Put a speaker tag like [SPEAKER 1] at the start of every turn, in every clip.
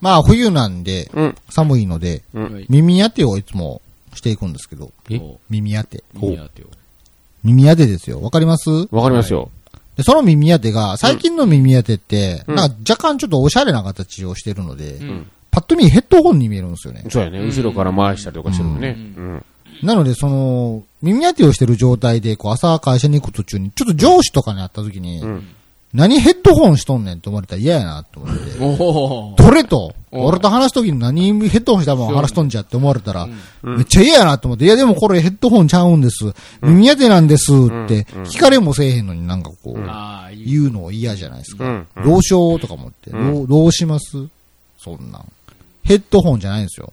[SPEAKER 1] まあ冬なんで、
[SPEAKER 2] うん。
[SPEAKER 1] 寒いので、
[SPEAKER 2] うん。
[SPEAKER 1] 耳当てをいつもしていくんですけど、
[SPEAKER 2] え
[SPEAKER 3] お
[SPEAKER 1] 耳当て。
[SPEAKER 3] 耳当てを。
[SPEAKER 1] 耳当てですよ。わかります
[SPEAKER 2] わかりますよ。
[SPEAKER 1] でその耳当てが、最近の耳当てって、
[SPEAKER 2] うん
[SPEAKER 1] なんか若干ちょっとおしゃれな形をしてるので、
[SPEAKER 3] ん
[SPEAKER 1] パッと見ヘッドホンに見えるんですよね。
[SPEAKER 2] そうやね。後ろから回したりとかしてるもんね。う。
[SPEAKER 3] うん
[SPEAKER 1] なので、その、耳当てをしてる状態で、こう、朝会社に行く途中に、ちょっと上司とかに会った時に、
[SPEAKER 2] ん
[SPEAKER 1] 何ヘッドホンしとんねんって思われたら嫌やなって思って、
[SPEAKER 3] おお。
[SPEAKER 1] 取れと、
[SPEAKER 3] お
[SPEAKER 1] 俺と話す時に何ヘッドホンしたもん話しとんじゃって思われたら、めっちゃ嫌やなって思って、いやでもこれヘッドホンちゃうんです、耳当てなんですって、聞かれもせえへんのになんかこう、
[SPEAKER 3] ああ、いい。
[SPEAKER 1] 言うの嫌じゃないですか。
[SPEAKER 2] うんうん
[SPEAKER 1] どうしようとか思って、どうどうしますそんなん。ヘッドホンじゃないんですよ。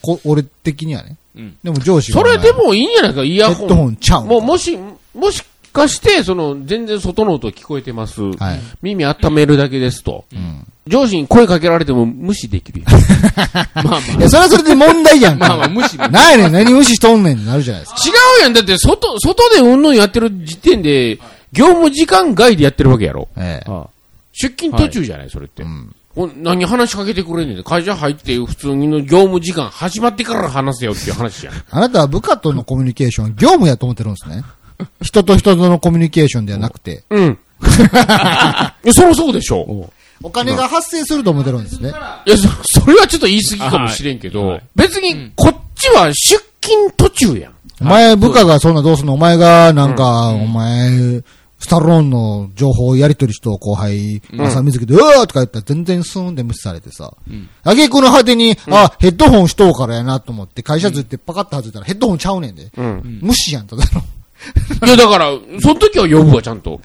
[SPEAKER 1] こ俺的にはね。
[SPEAKER 3] うん
[SPEAKER 1] でも上司が
[SPEAKER 2] それでもいいんじゃないですか、イヤ
[SPEAKER 1] ヘ
[SPEAKER 2] ホ
[SPEAKER 1] ッ
[SPEAKER 2] ン。
[SPEAKER 1] ドホンちゃうんか
[SPEAKER 2] もう、もし、もしかして、その、全然外の音聞こえてます。
[SPEAKER 1] はい。
[SPEAKER 2] 耳温めるだけですと。
[SPEAKER 1] ん
[SPEAKER 2] 上司に声かけられても無視できる やん。
[SPEAKER 3] まあまあ。
[SPEAKER 1] いや、それはそれで問題やんか。
[SPEAKER 3] まあまあ、無 視。
[SPEAKER 1] なんやねん、何無視しとんねんってなるじゃないですか。
[SPEAKER 2] 違うやん。だって、外、外でうんぬんやってる時点で、業務時間外でやってるわけやろ。
[SPEAKER 1] ええ。
[SPEAKER 3] あ
[SPEAKER 2] 出勤途中じゃない、それって。
[SPEAKER 1] ん
[SPEAKER 2] ほん何話しかけてくれんねんて会社入って普通の業務時間始まってから話せよっていう話 やん。
[SPEAKER 1] あなたは部下とのコミュニケーション、業務やと思ってるんです ね。人と人とのコミュニケーションではなくて、
[SPEAKER 2] うん。いや、そらそうでしょ。
[SPEAKER 1] お金が発生すると思ってるんですね。
[SPEAKER 2] いや、そ、それはちょっと言い過ぎかもしれんけど、
[SPEAKER 3] はい
[SPEAKER 2] 別にこっちは出勤途中やん。
[SPEAKER 1] お前、部下がそんなどうすんのお前が、なんか、お前、スタローンの情報をやり取りしと後輩、朝見つけて、うわーとか言ったら全然スーンって無視されてさ。あげくの果てに、あ、ヘッドホンしとうからやなと思って、会社つってパカッと外れたらヘッドホンちゃうねんで。無視やん、ただの。
[SPEAKER 2] いや、だから、その時は呼ぶわ、ちゃんと。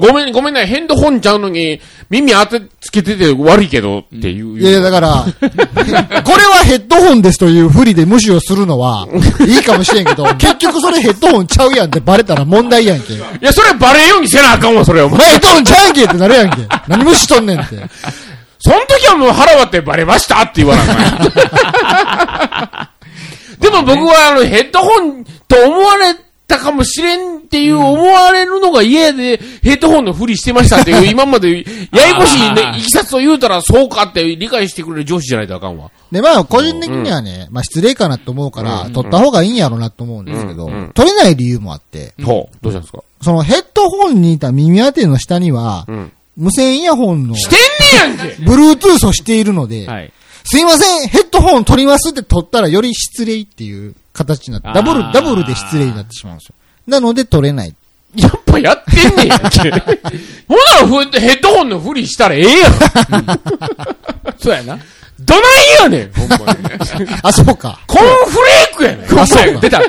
[SPEAKER 2] ごめん、ごめんな、ヘッドホンちゃうのに、耳当てつけてて悪いけど、っていう。
[SPEAKER 1] いやいや、だから、これはヘッドホンですというふりで無視をするのは、いいかもしれんけ ど、結局それヘッドホンちゃうやんってバレたら問題やんけ。
[SPEAKER 2] いや、それはバレんようにせなあかんわ、それはお
[SPEAKER 1] お
[SPEAKER 2] 前。
[SPEAKER 1] 前ヘッドホンちゃうやんけってなるやんけ。何無視しとんねんって。
[SPEAKER 2] その時はもう腹割ってバレましたって言わなあかんよ でも僕は、あの、ヘッドホンと思われたかもしれんっていう、思われるのが嫌で、ヘッドホンのふりしてましたって いう、今まで、ややこしい
[SPEAKER 3] あ
[SPEAKER 2] ね、
[SPEAKER 3] ー
[SPEAKER 2] いきさつを言うたら、そうかって理解してくれる上司じゃないとあかんわ。
[SPEAKER 1] で、まあ、個人的にはね、まあ、失礼かなと思うから、取った方がいいんやろなと思うんですけど、取れない理由もあって、
[SPEAKER 2] ほう。どうしたんですか
[SPEAKER 1] そのヘッドホンにいた耳当ての下には、
[SPEAKER 2] ん
[SPEAKER 1] 無線イヤホンの、
[SPEAKER 2] してんねやんけ
[SPEAKER 1] Bluetooth をしているので、
[SPEAKER 3] はい。
[SPEAKER 1] すいません、ヘッドホン取りますって取ったらより失礼っていう形になって、ダブル
[SPEAKER 3] あ、ー
[SPEAKER 1] ダブルで失礼になってしまうんですよ。なので取れない。
[SPEAKER 2] やっぱやってんねんやん け。ほならふ、ヘッドホンのふりしたらええやん。
[SPEAKER 3] そうやな。
[SPEAKER 2] どないやねん、ほんまに。
[SPEAKER 1] あ、そうか。
[SPEAKER 2] コーンフレークやねん。
[SPEAKER 1] あ、そうか。
[SPEAKER 3] 出た。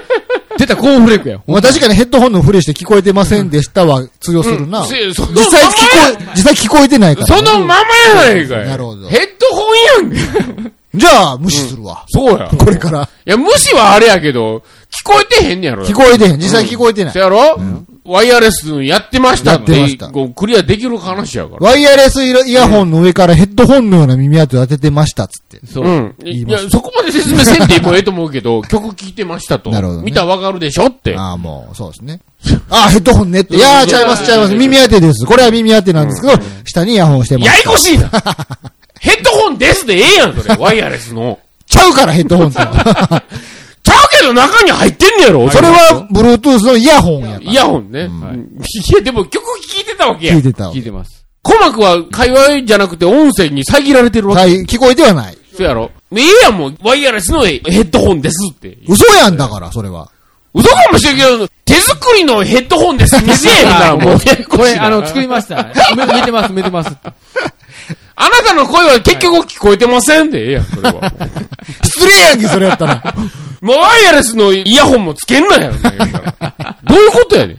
[SPEAKER 3] 出た、コーンフレークや。
[SPEAKER 1] まあ確かにヘッドホンのふりして聞こえてませんでしたは通用するな。
[SPEAKER 2] うんせ
[SPEAKER 1] 実
[SPEAKER 2] そ
[SPEAKER 1] 際
[SPEAKER 2] の
[SPEAKER 1] 聞こえ、実際聞こえてないからね、
[SPEAKER 2] そのままやないかい。
[SPEAKER 1] なるほど
[SPEAKER 2] ヘッドホンやん け。
[SPEAKER 1] じゃあ、無視するわ。
[SPEAKER 2] そうや。い
[SPEAKER 1] これから。
[SPEAKER 2] や、無視はあれやけど、聞こえてへんねやろ。
[SPEAKER 1] 聞こえてへん。実際聞こえてない
[SPEAKER 2] せ。やろワイヤレスやってましたって
[SPEAKER 1] やってました
[SPEAKER 2] こうクリアできる話やから。
[SPEAKER 1] ワイヤレスイヤホンの上からヘッドホンのような耳当てを当ててましたっつって。
[SPEAKER 3] そうう。
[SPEAKER 2] ん。い
[SPEAKER 1] 言いま
[SPEAKER 2] や
[SPEAKER 1] し、
[SPEAKER 2] そこまで説明せんでもええと思うけど、 曲聴いてましたと。
[SPEAKER 1] なるほどね
[SPEAKER 2] 見たらわかるでしょって。
[SPEAKER 1] ああ、もう、そうですね。 ああ、ヘッドホンねって。いやー、ちゃいます、ちゃいます。耳当てです。これは耳当てなんですけど、下にイヤホンしてま
[SPEAKER 2] や
[SPEAKER 1] す。
[SPEAKER 2] やこし いなヘッドホンですでええやん、それ。ワイヤレスの。
[SPEAKER 1] ちゃうからヘッドホンって。
[SPEAKER 2] ちゃうけど中に入ってんねやろ
[SPEAKER 1] それは、Bluetooth のイヤホンやから。
[SPEAKER 2] イヤホンね。
[SPEAKER 3] はい
[SPEAKER 2] うん いや、でも曲聴いてたわけや
[SPEAKER 1] 聞い。てたわ
[SPEAKER 3] 聞いてます。
[SPEAKER 2] 鼓膜は会話じゃなくて音声に遮られてるわけ
[SPEAKER 1] はい、聞こえてはない。
[SPEAKER 2] そうやろ。ええやん、もう、ワイヤレスのヘッドホンですって。
[SPEAKER 1] 嘘やんだから、それは。
[SPEAKER 2] 嘘かもしれんけど、手作りのヘッドホンです。見せ えへんから、もう。
[SPEAKER 3] これ、あの、作
[SPEAKER 2] り、
[SPEAKER 3] りました。め見てます、見てます。
[SPEAKER 2] あなたの声は結局聞こえてませんで、ええやん、それは。
[SPEAKER 1] 失礼やんけ、それやったら。
[SPEAKER 2] もうワイヤレスのイヤホンもつけんなやろ、ね、どういうことやねん。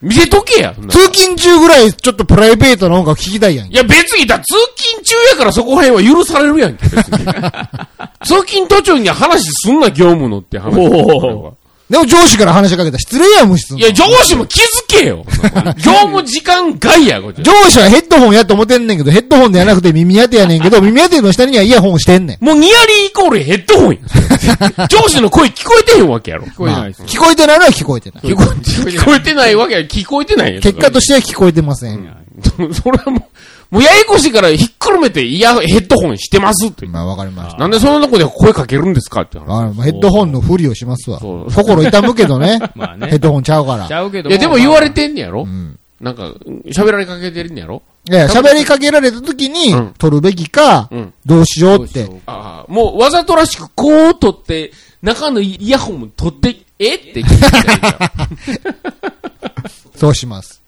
[SPEAKER 2] 見せとけや。そんな
[SPEAKER 1] 通勤中ぐらい、ちょっとプライベートの音楽聞きたいやん
[SPEAKER 2] い。や別にだ、通勤中やからそこら辺は許されるやん け、別に。通勤途中に話すんな、業務のって話。
[SPEAKER 3] お
[SPEAKER 1] でも上司から話しかけたら失礼やん、無視すん
[SPEAKER 2] い
[SPEAKER 1] の
[SPEAKER 2] や、上司も気づけよ。業務時間外や、こっち は。
[SPEAKER 1] 上司はヘッドホンやと思ってんねんけど、ヘッドホンではなくて耳当てやねんけど、耳当ての下にはイヤホンしてんねん。
[SPEAKER 2] もうニアリーイコールヘッドホンや。 上司の声聞こえてへんわけやろ。
[SPEAKER 3] 聞こえないです。
[SPEAKER 1] 聞こえてないのは聞こえてない。
[SPEAKER 2] 聞こえてないわけや、聞こえてないんや。
[SPEAKER 1] 結果としては聞こえてません。
[SPEAKER 2] そそれはももうややこしいからひっくるめて、いや、ヘッドホンしてますって。
[SPEAKER 1] まあ、わかりました。
[SPEAKER 2] なんでそんなとこで声かけるんですかって話。
[SPEAKER 1] わかりましたヘッドホンのふりをしますわ。
[SPEAKER 2] そう
[SPEAKER 1] 心痛むけどね。
[SPEAKER 3] まあね
[SPEAKER 1] ヘッドホンちゃうから。
[SPEAKER 3] ちゃうけど
[SPEAKER 2] いや、でも言われ
[SPEAKER 3] て、
[SPEAKER 2] てんねやろ
[SPEAKER 1] ん
[SPEAKER 2] なんか、喋られかけてるんやろ
[SPEAKER 1] いや、喋りかけられた時に
[SPEAKER 2] うん、
[SPEAKER 1] 取るべきか
[SPEAKER 2] うん、
[SPEAKER 1] どうしようっ
[SPEAKER 3] どうしよ
[SPEAKER 1] て。
[SPEAKER 2] ああ、もうわざとらしくこう取って、中のイヤホンも取って、えって聞いてたらいいじゃん
[SPEAKER 1] そうします。